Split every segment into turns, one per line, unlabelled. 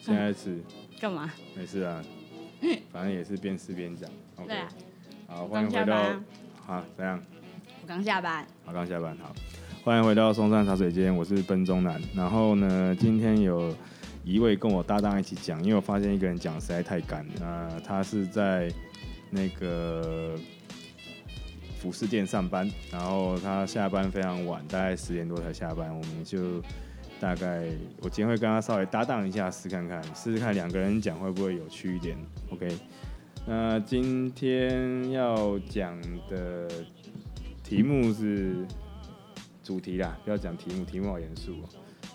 现在吃，
干嘛？
没事啊，反正也是边吃边讲。OK，
嗯对啊，
好，
我
欢迎
刚
回
下
到
班啊，
好怎样？
我刚下班。
好，刚下班，好，欢迎回到松山茶水间，我是奔中南。然后呢，今天有一位跟我搭档一起讲，因为我发现一个人讲实在太赶。呃，他是在那个服饰店上班，然后他下班非常晚，大概十点多才下班。我们就大概我今天会跟他稍微搭档一下，试看看，试试看两个人讲会不会有趣一点。OK。那今天要讲的题目是主题啦，不要讲题目，题目好严肃哦。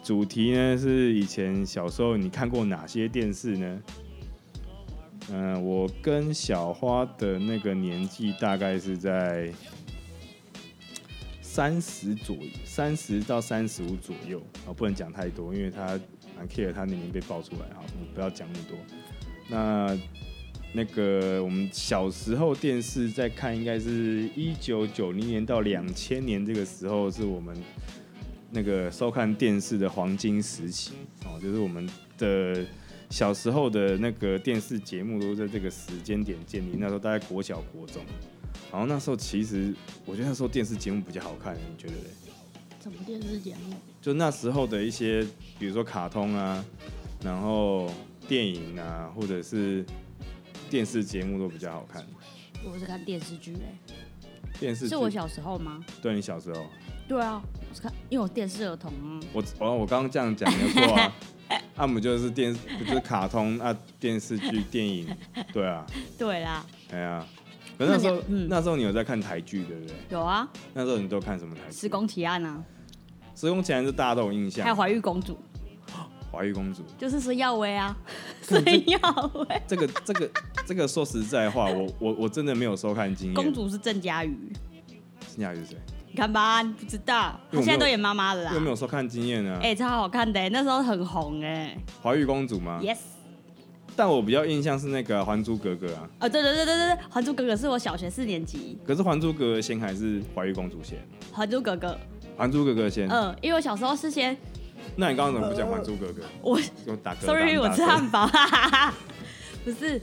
主题呢是以前小时候你看过哪些电视呢？嗯、我跟小花的那个年纪大概是在三十左右，三十到三十五左右啊，不能讲太多，因为她蛮 care 她年龄被爆出来哈，我们不要讲那么多。那那个我们小时候电视在看，应该是一九九零年到两千年这个时候，是我们那个收看电视的黄金时期哦，就是我们的小时候的那个电视节目都在这个时间点建立。那时候大概国小、国中，然后那时候其实我觉得那时候电视节目比较好看，你觉得嘞？
什么电视节目？
就那时候的一些，比如说卡通啊，然后电影啊，或者是电视节目都比较好看。
我是看电视剧哎、
电视剧
是我小时候吗？
对你小时候，
对啊，我是看，因为我电视儿童啊。
我哦，我刚刚这样讲没错 啊。阿姆就是电视，就是卡通啊，电视剧、电影，对啊，
对啦，
哎呀、可是那时候，
那你嗯
那时候你有在看台剧，对不对？
有啊，
那时候你都看什么台剧？
《施工奇案》啊，
施工前然是大家都有印象。
还有《怀玉公主》，
怀玉公主，
就是孙耀威啊，
看
孙
这
耀威。
这个这个这个说实在话，我我我真的没有收看经验。
公主是郑嘉瑜，
新雅是谁？
你看吧，你不知道，
因为我没有
她现在都演妈妈了
又没
啦。
有收看经验呢、啊。
哎、超好看的、那时候很红哎、
怀玉公主吗？
Yes，
但我比较印象是那个啊《还珠格格》啊。
哦，对对对对对，《还珠格格》是我小学四年级，
可是《还珠格格》先还是怀玉公主先？
《还珠格格》
《还珠格格》先。
嗯，因为我小时候是先
那你刚刚怎么不讲《还珠格格》？
我
我打嗝。
Sorry，
打
我
嗝
吃汉。堡，哈哈哈不是。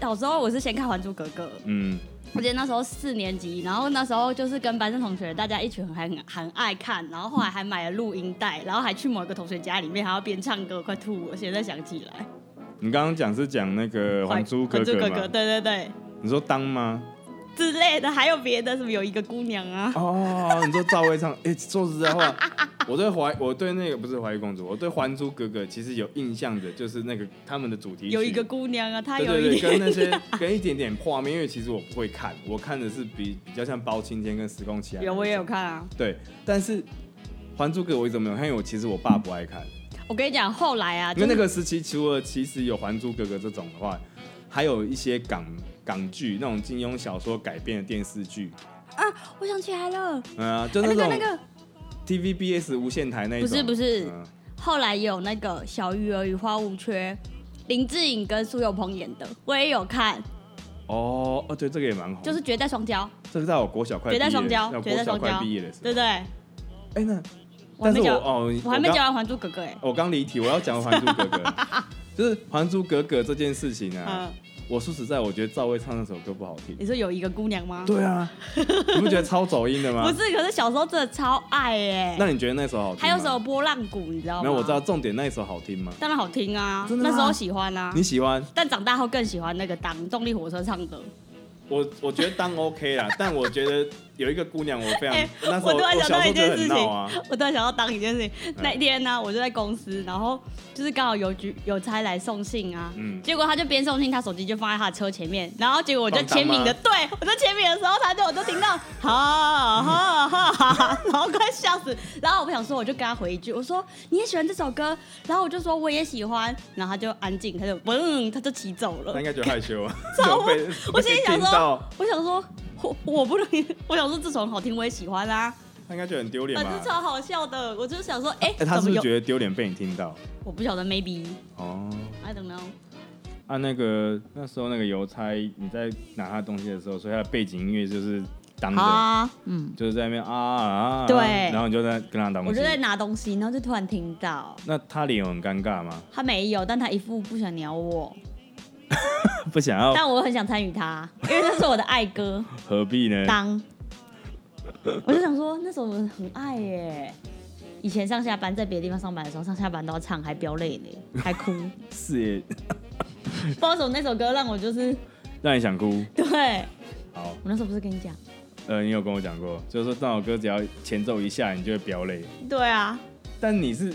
小时候我是先看《还珠格格》，
嗯，
我记得那时候四年级，然后那时候就是跟班上同学大家一群很很爱看，然后后来还买了录音带，然后还去某一个同学家里面还要边唱歌，快吐了！现在想起来，
你刚刚讲是讲那个《还珠格格
还》珠格格，
吗？
对对对，
你说当吗？
之类的，还有别的什么有一个姑娘啊，
哦，你说赵薇唱？ 哎、说实在话，我对怀我对那个不是怀玉公主，我对《还珠格格》其实有印象的，就是那个他们的主题曲
有一个姑娘啊，她
对
有
对
一
对，跟
点
那 些跟一点点画面，因为其实我不会看，我看的是比比较像包青天跟时空奇
有我也有看啊。
对，但是《还珠格格》我一直没有看，因为我其实我爸不爱看，
我跟你讲，后来啊，
因
就
为
是
那个时期除了其实有《还珠格格》这种的话，还有一些港港剧那种金庸小说改编的电视剧，
我想起来了，
嗯、啊，就
哎
那
那个
种
那个
TVBS 无线台那一
不
种，
是不是，
嗯
后来也有那个《小鱼儿与花无缺》，林志颖跟苏有朋演的，我也有看，
哦哦，对，这个也蛮红，
就是《绝代双骄》，
这个在我国小快
绝代
毕业
双骄
在我
绝代
国小
双
快
骄
毕业的时候，
对不对？
哎那。
我还
但
没
是我
讲，
哦，
我还没
刚
讲完《还珠格格》哎，
我刚离题，我要讲《还珠格 格》，就是《还珠格格》这件事情啊。
嗯，
我说实在，我觉得赵薇唱那首歌不好听。
你说有一个姑娘吗？
对啊，你不觉得超走音的吗
不？是，可是小时候真的超爱哎，
那你觉得那首好听吗？
还有什么波浪鼓，你知道吗？
没有，我知道，重点那一首好听吗？
当然好听啊，
真的吗
那时候喜欢啊
你。喜欢？
但长大后更喜欢那个当动力火车唱的，
我我觉得当 OK 啦， 但我觉得有一个姑娘，我非常
哎
那时候
我突然想
小
到
时
一
候觉
件
得很
事情
闹啊。，
我突然想到当一件事
嗯
情。那一天呢、我就在公司，然后就是刚好邮局邮差来送信啊，
嗯
结果他就边送信，他手机就放在他的车前面，然后结果我就
放荡
签名的，
吗
对我在签名的时候，他就我就听到哈哈哈哈，然后快笑死，然后我不想说，我就跟他回一句，我说你也喜欢这首歌，然后我就说我也喜欢，然后他就安静，他就嘣，他就骑走了
她。应该觉得害羞啊，
超
有被
我心里想
被听
说
到，
我想说，我我不能，我想说这首很好听，我也喜欢啊。
她应该觉得很丢脸
反
吧
正？啊超好笑的，我就想说，哎、
哎，她是
怎么
不是
有？
觉得丢脸被你听到？
我不晓得，maybe
哦，
I don't know。
啊，那个那时候那个邮差你在拿他东西的时候，所以他的背景音乐就是当的，
啊，嗯，
就是在那边啊啊啊啊，
对
然后你就在跟他当
我
东西
就。在拿东西，然后就突然听到
那他脸有很尴尬吗？
他没有，但他一副不想鸟我，
不想要，
但我很想参与 他，因为那是我的爱歌。
何必呢？
当，我就想说那时候我很爱耶、以前上下班在别的地方上班的时候，上下班都要唱，还飙泪呢，还 哭。不
是也
知道为什么那首歌让我就是，
让你想哭。
对
好，
我那时候不是跟你讲，
呃，你有跟我讲过，就是说那首歌只要前奏一下，你就会飙泪。
对啊，
但你是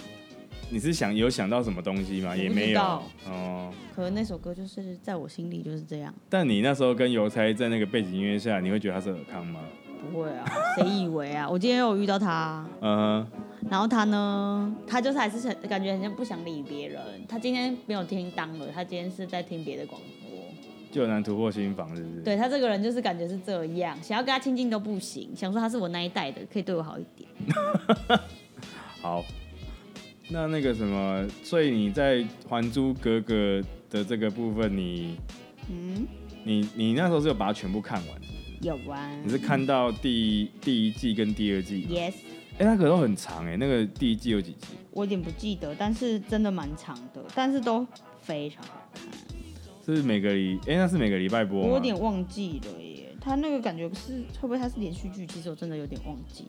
你是想有想到什么东西吗？
我不
也没
知
有
道
哦。
可能那首歌就是在我心里就是这样，
但你那时候跟邮差在那个背景音乐下，你会觉得他是尔康吗？
不会啊，谁以为啊？我今天有遇到他，啊
嗯哼，
然后他呢，他就是还是很感觉很像不想理别人，他今天没有听当了，他今天是在听别的广播。
就很难突破心房，是不是？
对他这个人就是感觉是这样，想要跟他亲近都不行，想说他是我那一代的，可以对我好一点。
好，那那个什么，所以你在《还珠格格》的这个部分，你
嗯，
你你那时候是有把它全部看完，
有啊。
你是看到第第一季跟第二季吗？
Yes，
哎、那个都很长哎、那个第一季有几集？
我有点不记得，但是真的蛮长的，但是都非常好看。
是每个礼哎、那是每个礼拜播
我
吗？
有点忘记了耶，他那个感觉是会不会他是连续剧？其实我真的有点忘记。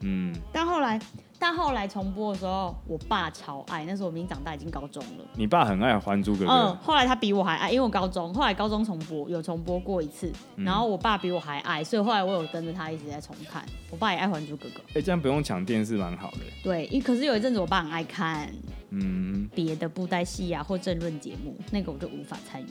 嗯，
但后来，但后来重播的时候，我爸超爱，那时候我已经长大，已经高中了。
你爸很爱《还珠格格》
嗯，后来他比我还爱，因为我高中，后来高中重播有重播过一次，
嗯
然后我爸比我还爱，所以后来我有跟着他一直在重看。我爸也爱《还珠格格》，
哎、这样不用抢电视，蛮好的、
对，因可是有一阵子我爸很爱看
嗯，
别的布袋戏啊或政论节目，那个我就无法参与。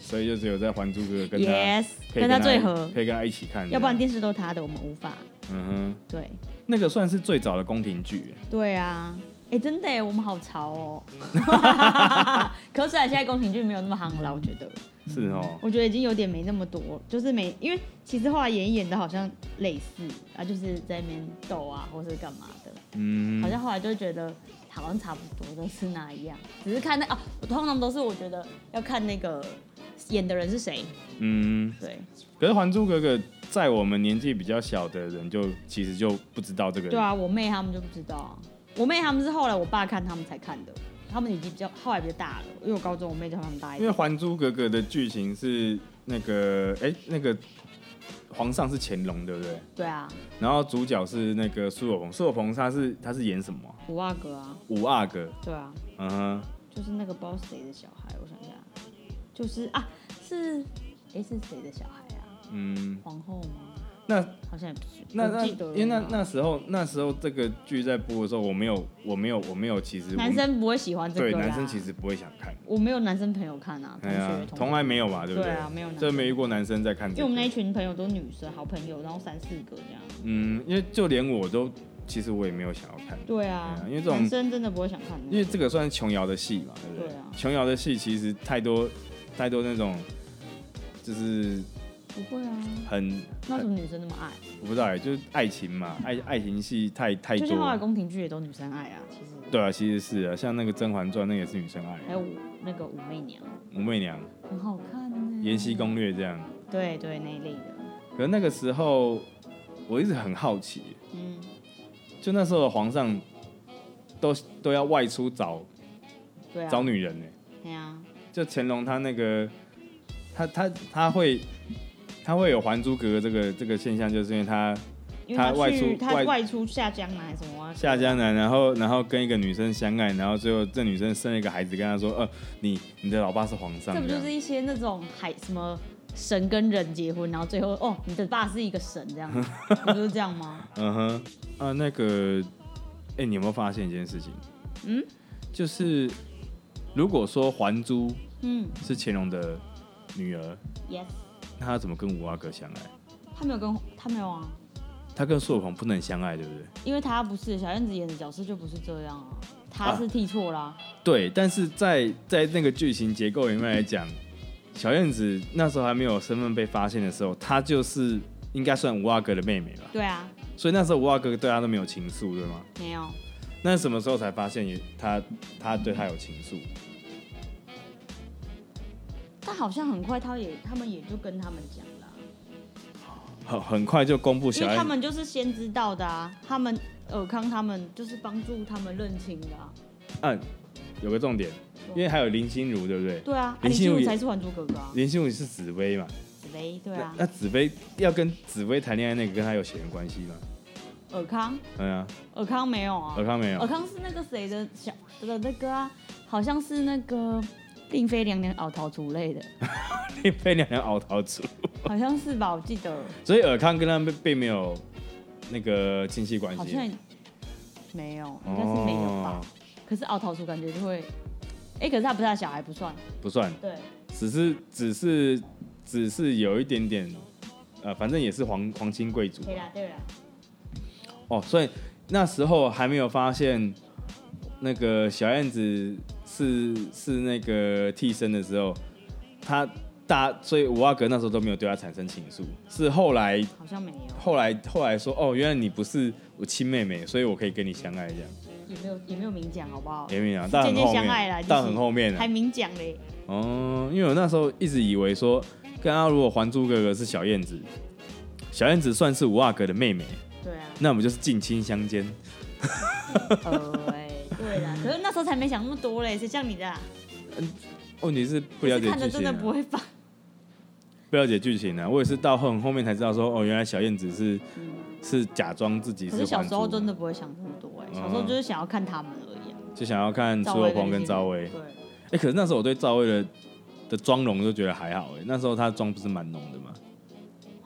所以就只有在《还珠格格》跟他
Yes，
可以
跟他最合，
可以跟他一起看，
要不然电视都他的，我们无法。
嗯
对，
哼，那个算是最早的宫廷剧欸，
对啊，哎、真的耶，我们好 潮哦。 可是然现在宫廷剧没有那么夯了，我觉得，
是哦，
我觉得已经有点没那么多，就是没，因为其实后来演一演的好像类似啊，就是在那边斗啊，或是干嘛的。
嗯，
好像后来就觉得好像差不多都是那样，只是看那啊，我通常都是我觉得要看那个演的人是谁，
嗯，
对
可是《还珠格格》在我们年纪比较小的人就，其实就不知道这个。
对啊，我妹他们就不知道啊，我妹他们是后来我爸看他们才看的，他们已经比较后来比较大了，因为我高中我妹叫他们大一
因为
点
《还珠格格》的剧情是那个，哎、那个皇上是乾隆，对不对？
对啊，
然后主角是那个苏有朋，苏有朋他是他是演什么啊、
五阿哥啊，
五阿哥，
对啊，
嗯哼，
就是那个不知道谁的小孩，我想一下，就是啊是诶，是谁的小孩啊？
嗯，
皇后吗？
那
好像也不是，
那
我不
那
记得了
因为那
啦
那时候那时候这个剧在播的时候，我没有我没有我没有，其实我
男生不会喜欢这个
对
啦，
男生其实不会想看，
我没有男生朋友看啊，同
哎
学、
呀，
同
从来没有嘛，对不
对啊没有男
这没遇过男生在看、
因
这个
为我们那一群朋友都是女生，好朋友，然后三四个这样。
嗯，因为就连我都，其实我也没有想要看，
对啊，
对啊因为这种
男生真的不会想看、那个
因为这个算是琼瑶的戏嘛，对不对？
对啊
琼瑶的戏其实太多太多那种，就是
不会啊，
很
那为什
很
么女生那么爱？
我不知道哎，就是爱情嘛，爱爱情戏太太
就像后来
多。
宫廷剧也都女生爱啊，其实。
对啊，其实是啊，像那个《甄嬛传》，那个也是女生爱
还有武那个武媚娘，
武媚娘、
很好看呢。
延禧攻略这样。
对对那一类的，
可是那个时候，我一直很好奇，
嗯，
就那时候的皇上都都要外出找
对啊。
找女人呢、欸
对啊，
就乾隆他那个，他他他会他会有《还珠格格》这个这个现象，就是因为他
因为
他外
去
出
他
外
外出下江南还是什么啊？
下江南，然后然后跟一个女生相爱，然后最后这女生生了一个孩子，跟他说，呃，你你的老爸是皇上，
这不
这
就是
样
一些那种海什么神跟人结婚，然后最后哦，你的爸是一个神这样 子，不就是这样吗？
嗯哼，啊那个，哎、你有没有发现一件事情？
嗯，
就是如果说还珠
嗯
是乾隆的女儿，
，yes，
那他怎么跟五阿哥相爱？
他没有跟他没有啊，
他跟苏有朋不能相爱，对不对？
因为他不是小燕子演的角色就不是这样啊，他是替错啦、
啊对，但是在在那个剧情结构里面来讲，小燕子那时候还没有身份被发现的时候，她就是应该算五阿哥的妹妹吧，
对啊，
所以那时候五阿哥对她都没有情愫，对吗？
没有，
那什么时候才发现也他他对她有情愫？
但好像很快他也他们也就跟他们讲了啊、
很很快就公布
因
小
为
爱
他们就是先知道的啊，他们尔康他们就是帮助他们认亲的、啊，
嗯，有个重点，因为还有林心如，对不对？
对啊，啊
林
林
心
心
如
如
也
才是还珠格格啊，
林心如是紫薇嘛？
紫薇对啊
那，那紫薇要跟紫薇谈恋爱，那个跟她有血缘关系吗？
尔康
对啊，
尔康没有啊
尔，康没有
尔。康是那个谁的小的那个啊，好像是那个令妃娘娘熬桃族哦 类的，
被两人熬桃族，
好像是吧？我记得
所以尔康跟他们并没有那个亲戚关
好
系，
像没有，应该是没有
哦？
吧可是熬桃族感觉就会，哎、可是他不是他小孩不算，
不算，
对
只是只是只是有一点点，呃，反正也是皇皇亲贵族
啦对啦，
哦，所以那时候还没有发现那个小燕子是是那个替身的时候，他大所以五阿哥那时候都没有对他产生情愫，是后来
好像没有，
后来后来说哦，原来你不是我亲妹妹，所以我可以跟你相爱这样，
也没有也没有明讲好不好？
也没有啊，但很
渐渐
后
相爱啦
面
就，是
但很后面啊
还明讲嘞，
哦，因为我那时候一直以为说，刚刚如果《还珠格格》是小燕子，小燕子算是五阿哥的妹妹，
对 啊，
那我们就是近亲相奸。
呃，哎对啦， 可是那时候才没想那么多嘞，谁像你的啊？
问题哦是不了
可
解
是看着
剧
真
情、
的
啊，
不会放，
不了解剧情啊！我也是到很后面才知道说，哦，原来小燕子是是假装自己
嗯可
是
是小时候
还珠
真的不会想那么多哎，小时
嗯
候就是想要看他们而已啊。
就想要看苏有嗯朋跟赵薇。哎、
对，
可是那时候我对赵薇的的妆容就觉得还好哎、那时候她妆不是蛮浓的嘛，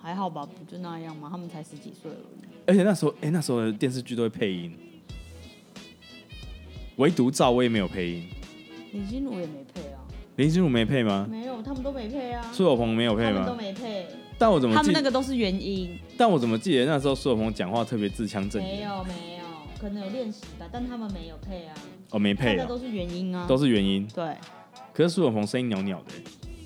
还好吧，不就那样嘛，他们才十几岁而已。
而且那时候哎、那时候的电视剧都会配音，唯独赵薇没有配音。
林心如也没配啊，
林心如没配吗？
没有，他们都没配啊，
苏有朋啊没有
他
配
们都
吗？
没配，
但我怎么
他
记
们那？个都是原因，
但我怎么记得那时候苏有朋讲话特别自腔正
没
言？
有没有，可能有练习吧，但他们没有配啊，
哦，没
大
配
家
啊，
都是原因啊，
都是原因。
对，
可是苏有朋声音袅袅的欸。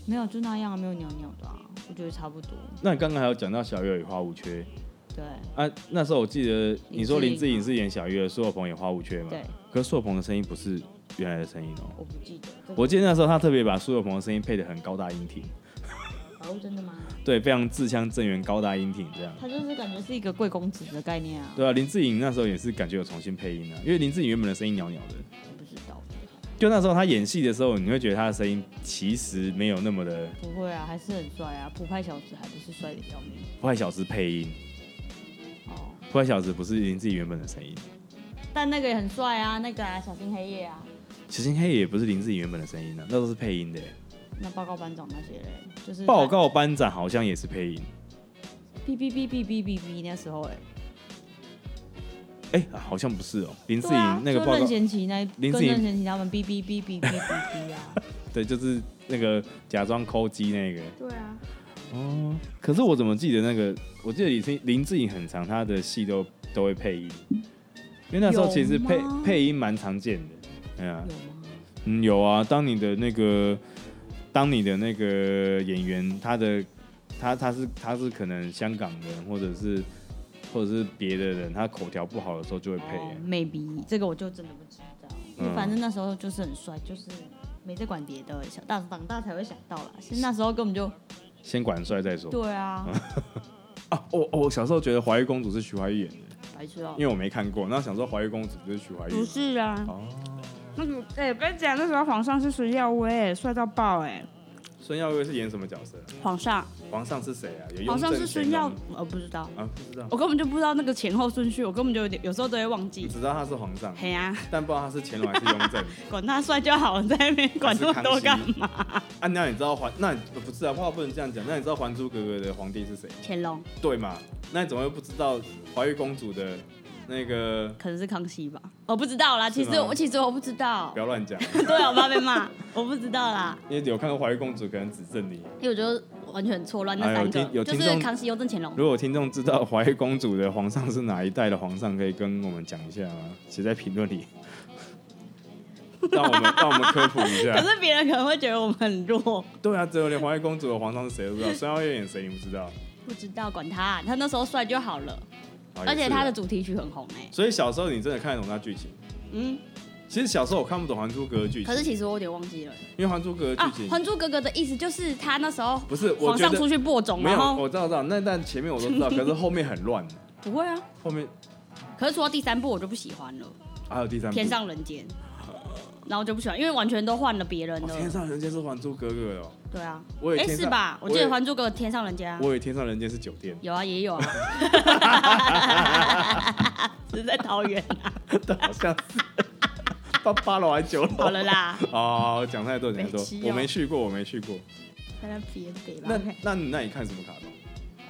没有就那样啊，没有扭扭的啊，我觉得差不多，
那你刚刚还有讲到小月与花无缺
对
啊？那时候我记得你说林
林
志
志
颖
颖
是演小月，苏有朋演花无缺嘛？
对，
可是苏有朋的声音不是原来的声音哦。
我不记得，
我记得那时候他特别把苏有朋的声音配的很高大英挺，
哦真的吗？
对，非常自腔正圆，高大英挺这样。
他就是感觉是一个贵公子的概念啊，
对啊，林志颖那时候也是感觉有重新配音啊，因为林志颖原本的声音袅袅的。
我不知道，
就那时候他演戏的时候，你会觉得他的声音其实没有那么的
不会啊，还是很帅啊，普派小子还不是帅的要命
破坏小子配音，
哦，
破坏小子不是林志颖原本的声音，
但那个也很帅啊，那个啊，小心黑夜啊。
小心黑也不是林志颖原本的声音啊，那都是配音的耶。
那报告班长那些嘞，就是他
报告班长好像也是配音，
哔哔哔哔哔哔哔那时候哎、
哎、啊好像不是哦、林志
对啊
颖，那个
就
报告
任，贤齐那一
林
跟
志颖
任贤齐他们哔哔哔哔哔哔哔啊，
对，就是那个假装抠机那个。
对啊，
哦，可是我怎么记得那个？我记得林志林志颖很长，他的戏都都会配音，因为那时候其实配
有吗
配音蛮常见的。哎呀、
有吗？
嗯，有啊，当你的那个，当你的那个演员，他的他他是他是可能香港人，或者是或者是别的人，他口条不好的时候就会配、
哦，maybe 这个我就真的不知道，因为反正那时候就是很帅，就是没在管别的，小大长大才会想到啦。其实那时候根本就
先管帅再说。
对啊，
啊，我、哦、我小时候觉得怀玉公主是徐怀钰演的，
白痴哦
因、为我没看过，然后想说怀玉公主就是徐怀钰
不
演。
是啊，
哦，
那个哎、我跟你讲，那时候皇上是孙耀威，帅到爆哎、
孙耀威是演什么角色？
皇上，
皇上是谁啊？有雍
皇上
正
是孙
乾
耀哦
隆，
呃，不知道，
啊，不知道，
我根本就不知道那个前后顺序，我根本就有点，有时候都会忘记。
只知道他是皇上，
嘿呀、
但不知道他是乾隆还是雍正。
管他帅就好，在那边 管那么多干嘛？
啊，那你知道还那不是啊，话不能这样讲。那你知道《还珠格格》的皇帝是谁？
乾隆
对嘛？那你怎么会不知道怀玉公主的那个？
可能是康熙吧，我哦不知道啦。其实
是吗
我其实我不知道
不，要乱讲，
对啊，我怕被骂， 我不知道啦。
因为有看过怀玉公主，可能指正你。
哎因为我觉得完全错乱那
哎有
三
听
个，
有
就
听
是
众
康熙、雍正、乾隆。
如果听众知道怀玉公主的皇上是哪一代的皇上，可以跟我们讲一下吗？写在评论 里，让我们让我们科普一
可
下。
是别人可能会觉得我们很弱，
对啊，只有连怀玉公主的皇上是谁都不知道，孙耀月演谁你不知道？
不知道管他、他那时候帅就好了，
啊
而
也
且
是
他的
啊
主题曲很红哎、
所以小时候你真的看得懂那剧情，
嗯，
其实小时候我看不懂《还珠格格》剧情
可，是其实我有点忘记了
因为《还珠格格》
啊，
剧
《
情
还珠格格》的意思就是他那时候
不是我
皇
觉
上出
得
去播种，
没有，
然后
我知道知道，那但前面我都知道，可是后面很乱，
不会啊。
后面
可是说到第三部我就不喜欢了，
嗯
还有第三
《
部
天上人间》，然后就不喜欢，因为完全都换了别人
哦天
的。
上人间是《还珠格格》哦，
对啊，
我也
哎
天
是
上
吧？我记
也
得《还珠格格》《天上人间》啊，
我以为天上人间是酒店
有啊也 有啊，只是在桃 园啊。
但好像是到八楼还是九楼。
好了啦，
哦，讲太多，讲太多
北七，哦
我没去过，我没去过。
在那别北吧
那。那你那你看什么卡通？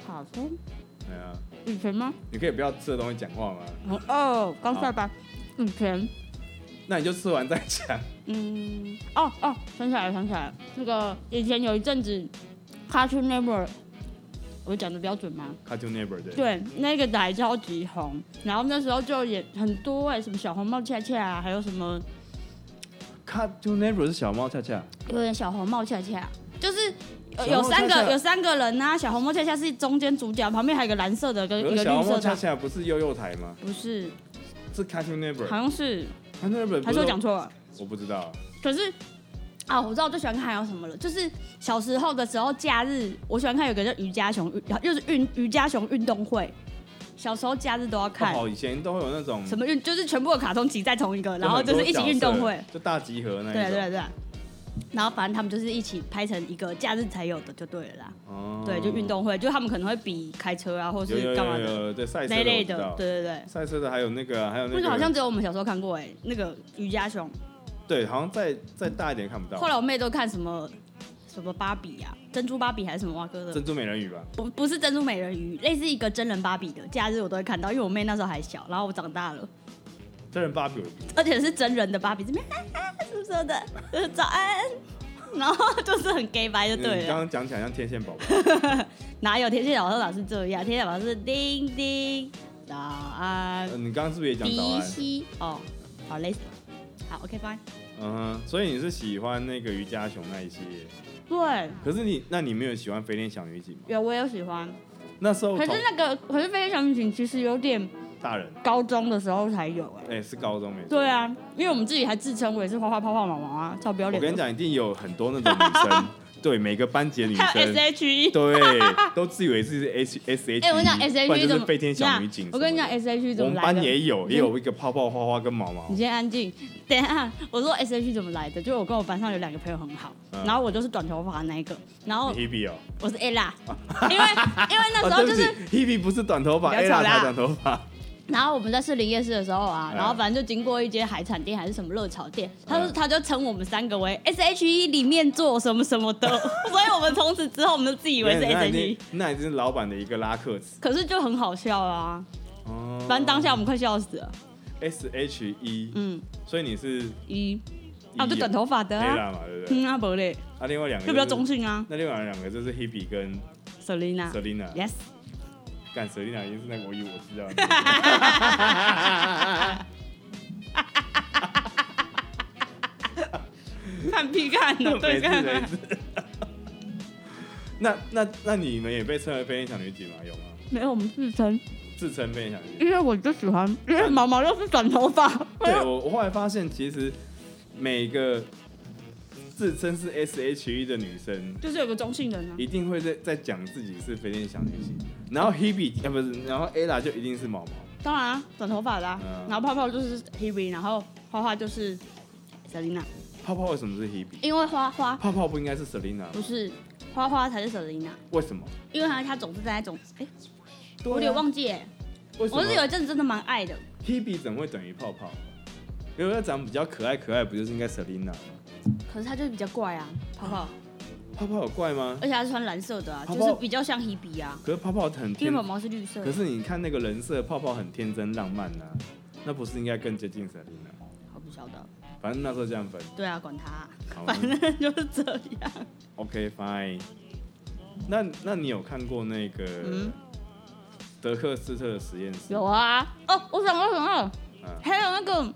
卡通
哎呀，
雨田吗？
你可以不要吃的东西讲话吗？
哦，刚下班。雨田，
那你就吃完再讲。
嗯，哦哦，想起来了，想起来了，那个以前有一阵子，Cartoon Network，我讲的比较准吗？
Cartoon Network 对，
对，那个台超级红，然后那时候就也很多哎、什么小红帽恰恰啊，还有什么
Cartoon Network 是小猫恰恰，
有点小红帽恰恰，就是有
小
有
红帽
三
恰恰
个有三个人呐、啊，小红帽恰恰是中间主角，旁边还有一个蓝色的跟
可
一
是
个
小
绿
猫
色
恰
的，
恰不是幼幼台吗？
不是，
是 Cartoon
好
Network。
像是，
Cartoon Network
还
不
是
是
我讲错了？
我不知道。
可是啊，我知道我最喜欢看还有什么了，就是小时候的时候，假日我喜欢看有个叫瑜伽熊，
啊
就是运瑜伽熊运动会，小时候假日都要看。
哦，以前都会有那种
什么运就是全部的卡通集在同一个，然后就是一起运动会，，
就大集合那一
对啊
种。
对啊对啊，然后反正他们就是一起拍成一个假日才有的就对了啦，
哦
对，就运动会，就他们可能会比开车啊，或
有有
是干嘛
有
的
有对赛车
那一类
我知
的，
道
对对对。
赛车的还有那个啊还有
为
那
什
个
么好像只有我们小时候看过哎、那个瑜伽熊，
对，好像再再大一点看不
后
到。
来我妹都看什么什么芭比啊，珍珠芭比还是什么哇哥的，
珍珠美人鱼吧，
不不是珍珠美人鱼，类似一个真人芭比的，假日我都会看到，因为我妹那时候还小，然后我长大了，
真人芭比我
而且是真人的芭比，这边啊啊什么什么的， 呃早安，然后就是很 gay 白就
嗯
对
你刚
了。
刚讲起来像天线 宝宝，
哪有天线老师老是这样？天线老师叮叮早安
呃，你刚刚是不是也讲早
迪
安？
西哦，好累死了。好，OK fine。
嗯哼，所以你是喜欢那个瑜伽熊那一系列，
对，
可是你那你没有喜欢飞天小女警吗？
有我也有喜欢，
那时候
可是
同
那个可是《飞天小女警》其实有点
大人，
高中的时候才有
啊
哎、
哎、是高中没错。
对，啊，因为我们自己还自称为是花花泡泡毛毛啊，超不要
我
脸。
跟你，讲，一定有很多那种女 生，对每个班级的女
还有
生
S。H E。
对，都自以为自己是 S S H，
哎、我跟你讲 S
不
H
然
E
就
怎
是
么？
飞天小女警。
我跟你讲，S H E
我
怎么
们
来
班
的？嗯
也有，也有一个泡泡花花跟毛毛
你，先安静，等一下，我说 S H E 怎么来的？就是我跟我班上有两个朋友很好，
嗯
然后我就是短头发的那一个，然后
你 Hebe 哦，
我是 Ella，因为因为那时候就是
哦对不起 Hebe 不是短头发
不要
，Ella
吵啦
才短头发，
然后我们在士林夜市的时候啊，
嗯
然后反正就经过一间海产店还是什么热炒店，他就
嗯
他就称我们三个为 S H E 里面做什么什么 的，所以我们从此之后我们就 自以
以
为是 S
那
H
已
E，
经那已经是老板的一个拉客词。
可是就很好笑啊，
哦
反正当下我们快笑死了。
S H E，
嗯，
所以你是
一啊，我就短头发的
黑
啊，
啦嘛，对不对？
嗯啊不嘞，
那另外两个
就比
是
较中。性啊
那另外两个就是 Hebe 跟
啊
，Selina。
Selina，
，yes，
干 Selina 已经是那个我以为我知道的。
看屁看哦，对看。
没事没事 那那那你们也被称为飞天小女警吗？有吗？
没有，我们
嗯
自称，
自称飞天小女警？
因为我就喜欢，因为毛毛又是短头发，
对
啊
我我后来发现，其实每个自称是 S H E 的女生，
就是有个中性人啊。
一定会在在讲自己是飞天小女警，然后 Hebe 啊不是，然后 Ella 就一定是毛毛。
当然、啊，短头发的、啊
嗯
然后泡泡就是 Hebe，然后花花就是 Selina，
泡泡为什么是 Hebe？
因为花花
泡泡不应该是 Selina？
不是花花才是 Selina，
为什么？
因为她她总是在总，哎、我有点忘记哎、
啊为什么
我是有一阵子真的蛮爱的，
Hebe 怎么会等于泡泡？如果要长得比较可爱可爱，不就是应该 Selina 吗？
可是她就是比较怪啊，泡泡。
嗯泡泡有怪吗
而？且他是穿蓝色的啊，
好
就
不好
是比较像 Hebe 啊，
可是泡泡很
因为
天
毛，毛是绿色
可
的，
是你看那个人设，泡泡很天真浪漫呐、啊那不是应该更接近 Selina？
我不晓得。
反正那时候这样分，
对啊，管他啊、
好嗯吗
反正就是这样。
OK fine。那那你有看过那个
嗯
德克斯特的实验室？
有啊，哦，我想到什么？
嗯
还有那个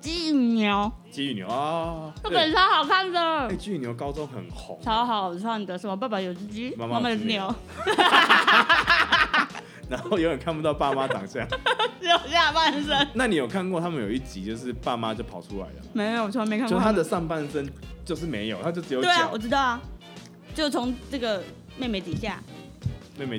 鸡鸟，
鸡羽牛啊，
那个
对
也超好看的
哎，，鸡羽牛高中很红，
超好看的，什么爸爸有只鸡，
妈妈有
有
只啊
只牛
牛，然后永远看不到爸妈长相，
只有下半身。
那你有看过他们有一集就是爸妈就跑出来了，
没有，我从来没看
就
过
他
们。
的上半身就是没有，他就只有
对啊，我
脚。
知道啊，就从这个妹妹底下，
妹 妹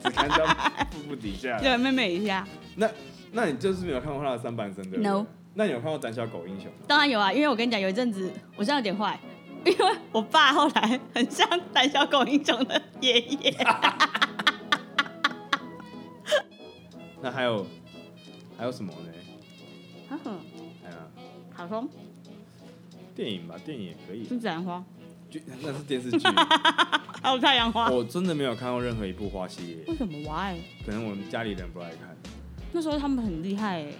只看到腹部底下。
对妹妹底下，
那那你就是没有看过他的上半身对不对
No
那你有看过《胆小狗英雄》吗？
当然有啊，因为我跟你讲，有一阵子我这样有点坏，因为我爸后来很像胆小狗英雄的爷爷。
那还有还有什么呢？
嗯
哎呀，
好说，
电影吧，电影也可以。
是自然花，
就那是电 视剧，
还有太阳花。
我真的没有看过任何一部花系列，
为什么 why？
可能我们家里人不爱看，
那时候他们很厉害哎、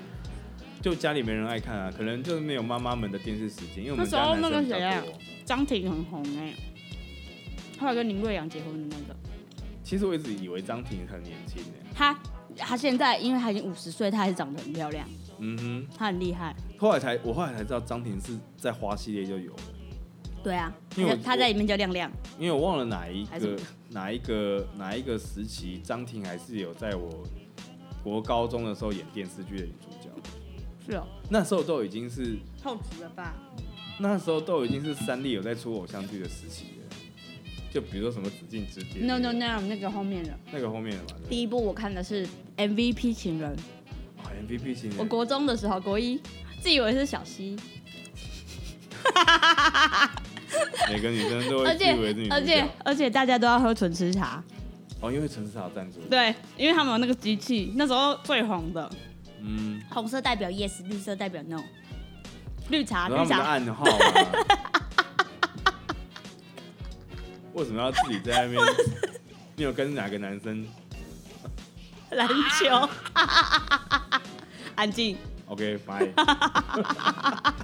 就家里没人爱看啊，可能就是没有妈妈们的电视时间，因为我们
那时
家
候
男
那个
生比
谁
较
啊
多。
张庭很红哎、后来跟林瑞阳结婚的那个，
其实我一直以为张庭很年轻呢，
她她现在因为她已经五十岁，她还是长得很漂亮，
嗯
她很厉害。
哼，后来才我后来才知道张庭是在花系列就有了，
对啊，
因为我
她她在里面叫亮亮，
因为我忘了哪一
还是
个哪一个哪一个时期，张庭还是有在我国高中的时候演电视剧的女主角，
是哦，
那时候都已经是
透职了吧？
那时候都已经是三立有在出偶像剧的时期了，就比如说什么《紫禁之巅》
No No No，那个后面的
那个后面的嘛，对
第一部我看的是 MVP 情人，
哦 MVP 型
我
人，
国中的时候国一自以为是小溪，
每个女生都会
而且
自以为是女主角
而且而且大家都要喝纯吃茶，
哦，因为陈思豪赞助，
对，因为他们有那个机器，那时候最红的，
嗯，
红色代表 yes，绿色代表 no，绿茶
然后他
绿
们的暗
茶，
号啊， 为什么要自己在那边？ 你有跟哪个男生
篮球，安静，
？OK，拜。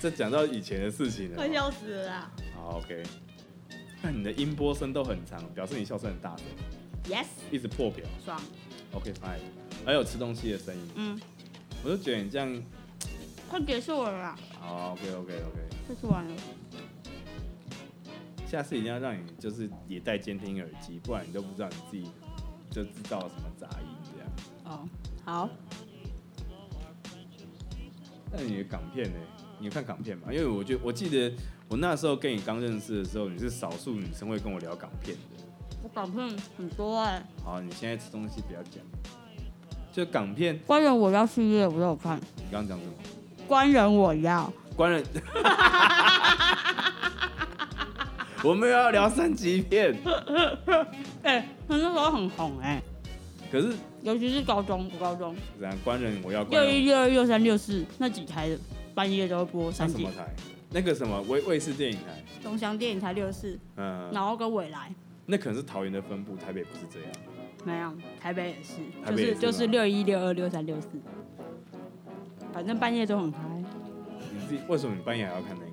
这讲到以前的事情了
哎
快，笑死了啦
好 OK。那你的音波声都很长，表示你笑声很大声，
，yes，
一直破表。
爽，
OK fine，还有吃东西的声音，
嗯，
我就觉得你这样，哦
快结束了啦，
好 OK OK OK，
快吃完了，
下次一定要让你就是也戴监听耳机，不然你都不知道你自己就制造了什么杂音这样。
哦，好，
那你的港片呢？你有看港片吗？因为我觉得我记得我那时候跟你刚认识的时候，你是少数女生会跟我聊港片的。
我港片很多哎、
好，你现在吃东西不要讲，就港片，
官人我要系列我都有看，
你刚刚讲什么？
官人我要。
关了。 我们要聊三级片，
哎、他那时候很红哎、
可是
尤其是高中，我高中
然后官人我要关
六
了
一、六二、六三、六四那几台的半夜都会播
那
三
什
集
么，台？那个什么卫卫视电影台，
东乡电影台六四，
嗯、
然后跟未来
那可能是桃园的分部，台北不是这样。
没有，台北也是，
台
就
北也
是
是
就是
吗
六一、六二、六三、六四，反正半夜都很嗨。
你自己为什么你半夜还要看那个？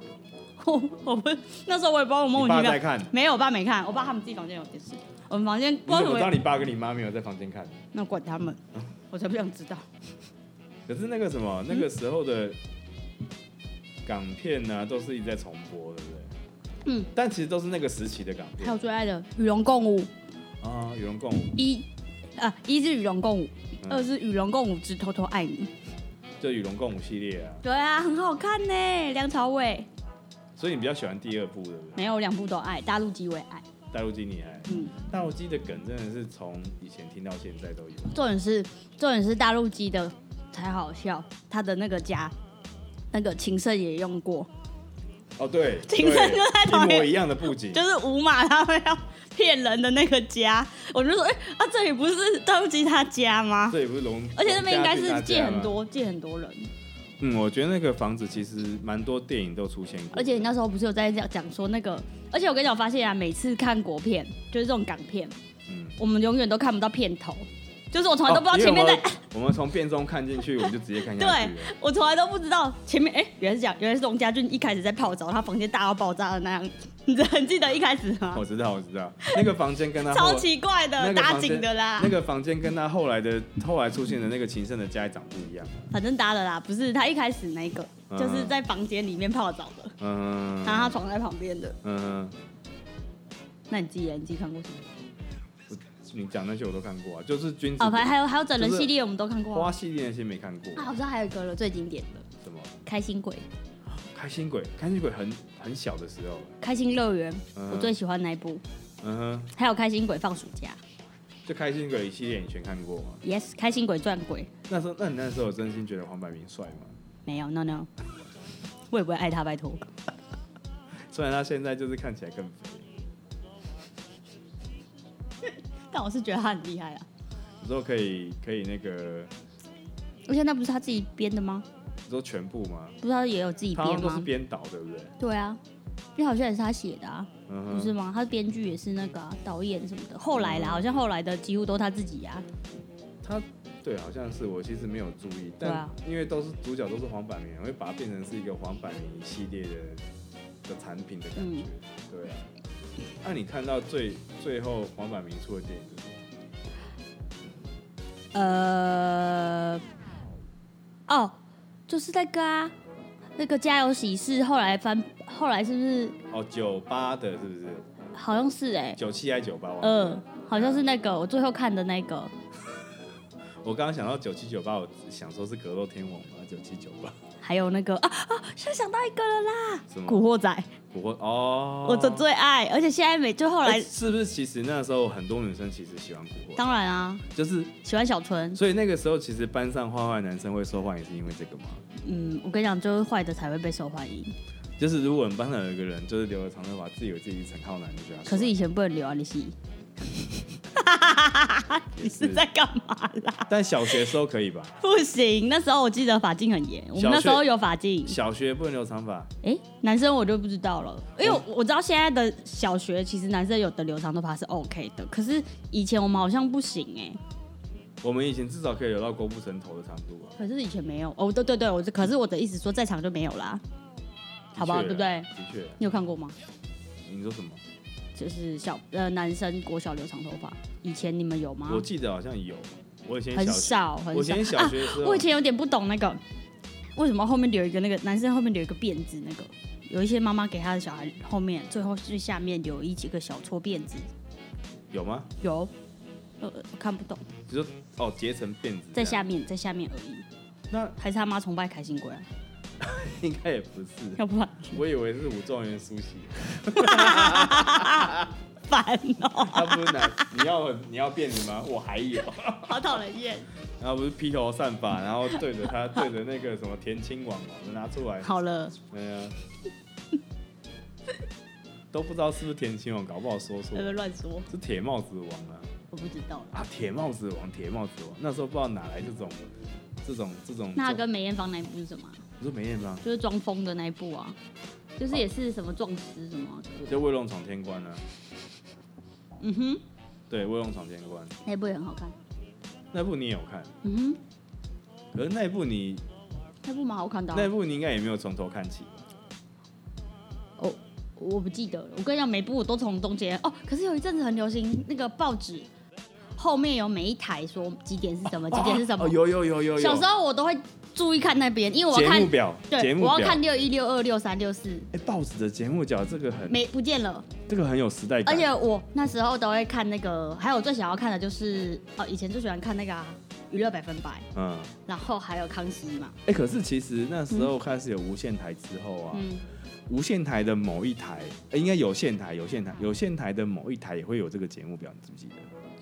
我我不那时候我也不知道我莫
你爸
名其
在
妙，
看，
没有，我爸没看，我爸他们自己房间有电视，我们房间
你
不
怎
知
么知
道为什
道
么，
你爸跟你妈没有在房间看？
那管他们，我才不想知道。
可是那个什
嗯
么，那个时候的港片呢、都是一直在重播，对不对？
嗯，
但其实都是那个时期的港
还有
片
最爱的《与龙共舞》
啊，与龙共舞，
一，啊一是《与龙共舞》，
嗯
二是《与龙共舞之偷偷爱你》。
就与龙共舞系列啊。
对啊，很好看呢，梁朝伟。
所以你比较喜欢第二部，对不对？
没有，我两部都爱，大陆极为爱。
大陆基你爱，
嗯，
大陆基的梗真的是从以前听到现在都有。
重点是重点是大陆鸡的才好笑，他的那个家，那个情圣也用过，
哦，对，
情圣
对
就在
一
旁边
模一样的布景，
就是五马他们要骗人的那个家，我就说，哎、啊这里不是大陆鸡他家吗？
这也不是龙，
而且那边应该
龙家
是
自己
借
家吗
很。多借很多人，
嗯，我觉得那个房子其实蛮多电影都出现过，
而且你那时候不是有在讲讲说那个，而且我跟你讲，我发现啊，每次看国片就是这种港片，
嗯，
我们永远都看不到片头，就是我从来都不知道前面在
哦因为我们 我们从片中看进去，我们就直接看下去
对
了。，
我从来都不知道前面哎、原来是这样，原来是龙家俊一开始在泡澡，他房间大到爆炸的那样，你知道你记得一开始吗
我？知道，我知道，那个房间跟他后
超奇怪
那
的，
个
打
房间
井的啦
那，个房间跟他后来的后来出现的那个情圣的家长不一样。
反正搭的啦，不是他一开始那一个，
嗯
就是在房间里面泡澡的，
嗯
然后他床在旁边的。
嗯，
那你自己呢你自己看过什么？
你讲那些我都看过啊，就是君子
哦，反正还有还有整人系列我们都看过
花
啊。
系列那些没看过，
啊，我知道还有一个了，最经典的
什么
开心鬼、
开心鬼，开心鬼很很小的时候，
开心乐园，
嗯
我最喜欢那一部。
嗯哼，
还有开心鬼放暑假
就开心鬼系列你全看过吗？
，yes，开心鬼赚鬼，
那时候，那你那时候有真心觉得黄百鸣帅吗？
没有，no no，我也不会爱他，拜托。
虽然他现在就是看起来更肥，
但我是觉得他很厉害啊。
你说可以可以那个，
而且那不是他自己编的吗？
你说全部吗？
不是他也有自己
他好
编
像都是
吗？
编导，对不对？
对啊，因为好像也是他写的啊，
嗯
不是
哼，
吗？他编剧也是那个啊、导演什么的。后来啦，
嗯
好像后来的几乎都他自己啊。
他对，好像是我其实没有注意，
对
但、
啊
因为都是主角都是黄百鸣，我会把它变成是一个黄百鸣系列的的产品的感觉，
嗯
对啊。那、你看到最最后黄百鸣出的电影是什么？
呃，哦，就是那个啊，那个《家有喜事》后来翻，后来是不是
哦，九八的是不是？
好像是哎、
九七还九八？忘了
嗯、好像是那个我最后看的那个，
我刚刚想到九七九八，我想说是格斗天王嘛，九七九 八
还有那个啊啊，现在想到一个了啦，
什
《
么？
古惑仔》
古惑哦，
我的最爱，而且现在每就后来
哎是不是？其实那时候很多女生其实喜欢古惑，
当然啊，
就是
喜欢小纯，
所以那个时候其实班上坏坏男生会受欢迎，是因为这个吗？
嗯，我跟你讲，就是坏的才会被受欢迎。
就是如果我们班上有一个人就是留了长头发，自以为自己是陈浩南，就觉得他帅
可是以前不能留啊，你是，
也
你是在 干嘛啦？
但小学的时候可以吧？
不行，那时候我记得法禁很严，我们那时候有法禁。
小学不能留长发，
哎、男生我就不知道了，因为我我知道现在的小学其实男生有的留长头发是 OK 的，可是以前我们好像不行哎、
我们以前至少可以留到郭富城头的长度啊，
可是以前没有哦，对对对，我可是我的意思说在场就没有啦，好不好？
的
对
确啊
不对？
的确，啊
你有看过吗？
你说什么？
就是小呃男生国小留长头发，以前你们有吗
我？记得好像有，我以前
啊很
小学，
少很
我以
少
前小学的时候，
我以前有点不懂那个，为什么后面留一个那个男生后面留一个辫子那个，有一些妈妈给他的小孩后面最后最下面留一几个小撮辫子，
有吗？
有，呃，我看不懂，
你说哦，结成辫子这
在
样
下面在下面而已，
那
还是他妈崇拜开心鬼、啊，
应该也不 是，
要不然
我以为是武状元苏醒，
烦哦、
他不是男，你要很你要辫子吗？我还有，
好讨人厌，
然后不是披头散发，然后对着他对着那个什么田青网嘛，拿出来，
好了，
哎呀，都不知道是不是田青网，搞不好说错
不，要乱说，
是铁帽子王啊
我不知道了。
啊，铁帽子王，铁帽子王，那时候不知道哪来这种这种这种，
那
这种
跟梅艳芳那一部是什么啊？
你说梅艳芳，
就是装疯的那一部啊，就是也是什么撞尸什么啊、
就卫龙闯天关啊，
嗯哼，
对，卫龙闯天关
那一部也很好看，
那部你也有看，
嗯哼，
可是那部你
那部蛮好看的、啊。
那部你应该也没有从头看起吧？
哦我不记得了。我跟你讲，每部我都从中间哦。可是有一阵子很流行那个报纸，后面有每一台说几点是什么，几点是什么。
哦，有有有有有。
小时候我都会注意看那边，因为我要
节目
看，
表，节
对，
目
我
表。
要看六一、六二、六三、六四，
哎，报纸的节目表这个很，
没不见了。
这个很有时代感。
而且我那时候都会看那个，还有我最想要看的就是哦，以前最喜欢看那个、啊《娱乐百分百》，
嗯，
然后还有《康熙》嘛。
哎，可是其实那时候开始有无线台之后啊，
嗯，
无线台的某一台，哎应该有线台，有线台，有线台的某一台也会有这个节目表，你记不记得？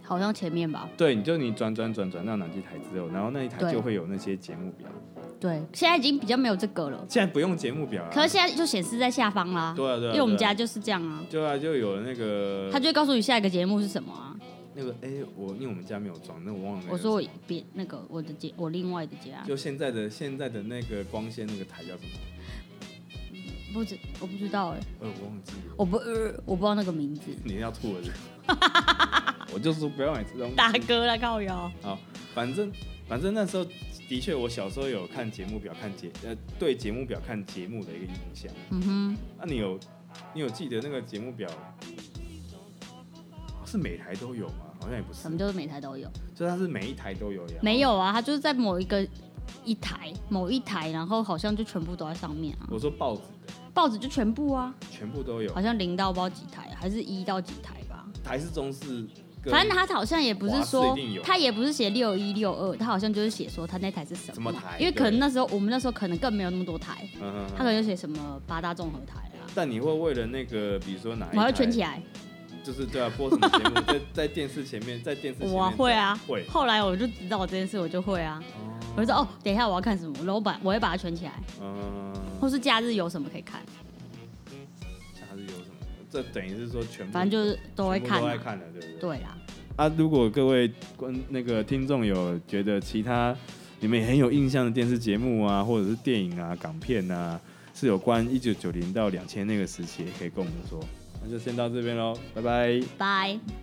好像前面吧。
对，你就你转转转转到哪几台之后，然后那一台
对
就会有那些节目表。
对，现在已经比较没有这个了，
现在不用节目表啊，
可是现在就显示在下方啦。
对啊对啊，
因为我们
对啊
家就是这样啊。
对啊，就有那个
他就会告诉你下一个节目是什么啊。
那个哎，我因为我们家没有装，那我忘了那个
我说我
什么
别那个我的姐，我啊另外的家，
就现在的现在的那个光纤那个台叫什么？
不知我不知道哎、
呃，我忘记了，
我不、呃我不知道那个名字。
你要吐了是不是 我就说不要买这东西。
哥啦，靠腰。
好，反正反正那时候的确，我小时候有看节目表，看节呃对节目表看节目的一个影响。
嗯哼，
那、你有你有记得那个节目表是每台都有吗？好像也不是
什，么就是每台都有？
就它是每一台都有呀。
没有啊，他就是在某一个一台某一台，然后好像就全部都在上面啊。
我说报纸的
报纸就全部啊，
全部都有
好，像零到不知道几台，还是一到几台吧。
台是中式个
反正他好像也不是
华
说
视一定有，
他也不是写六一六二，他好像就是写说他那台是什么，
什么台
因为可能
对
那时候我们那时候可能更没有那么多台，
嗯嗯
他可
嗯
能就写什么八大综合台啦，
但你会为了那个，比如说哪一
我要圈起
来，
来，
就是对啊，播什么节目，在在电视前面，在电视前面
我啊会啊，
会，
后来我就知道这件事，我就会啊，
哦
我就说哦，等一下我要看什么，然后我把我会把它圈起来，
嗯，
或是假日有什么可以看，
还是有什么？这等于是说全部，
反正就是都会
全部
看
都
啊、
爱看的，对不对？
对啦，
啊，如果各位观那个听众有觉得其他你们也很有印象的电视节目啊，或者是电影啊、港片啊，是有关一九九零到两千那个时期，也可以跟我们说。那就先到这边喽，拜拜。
拜。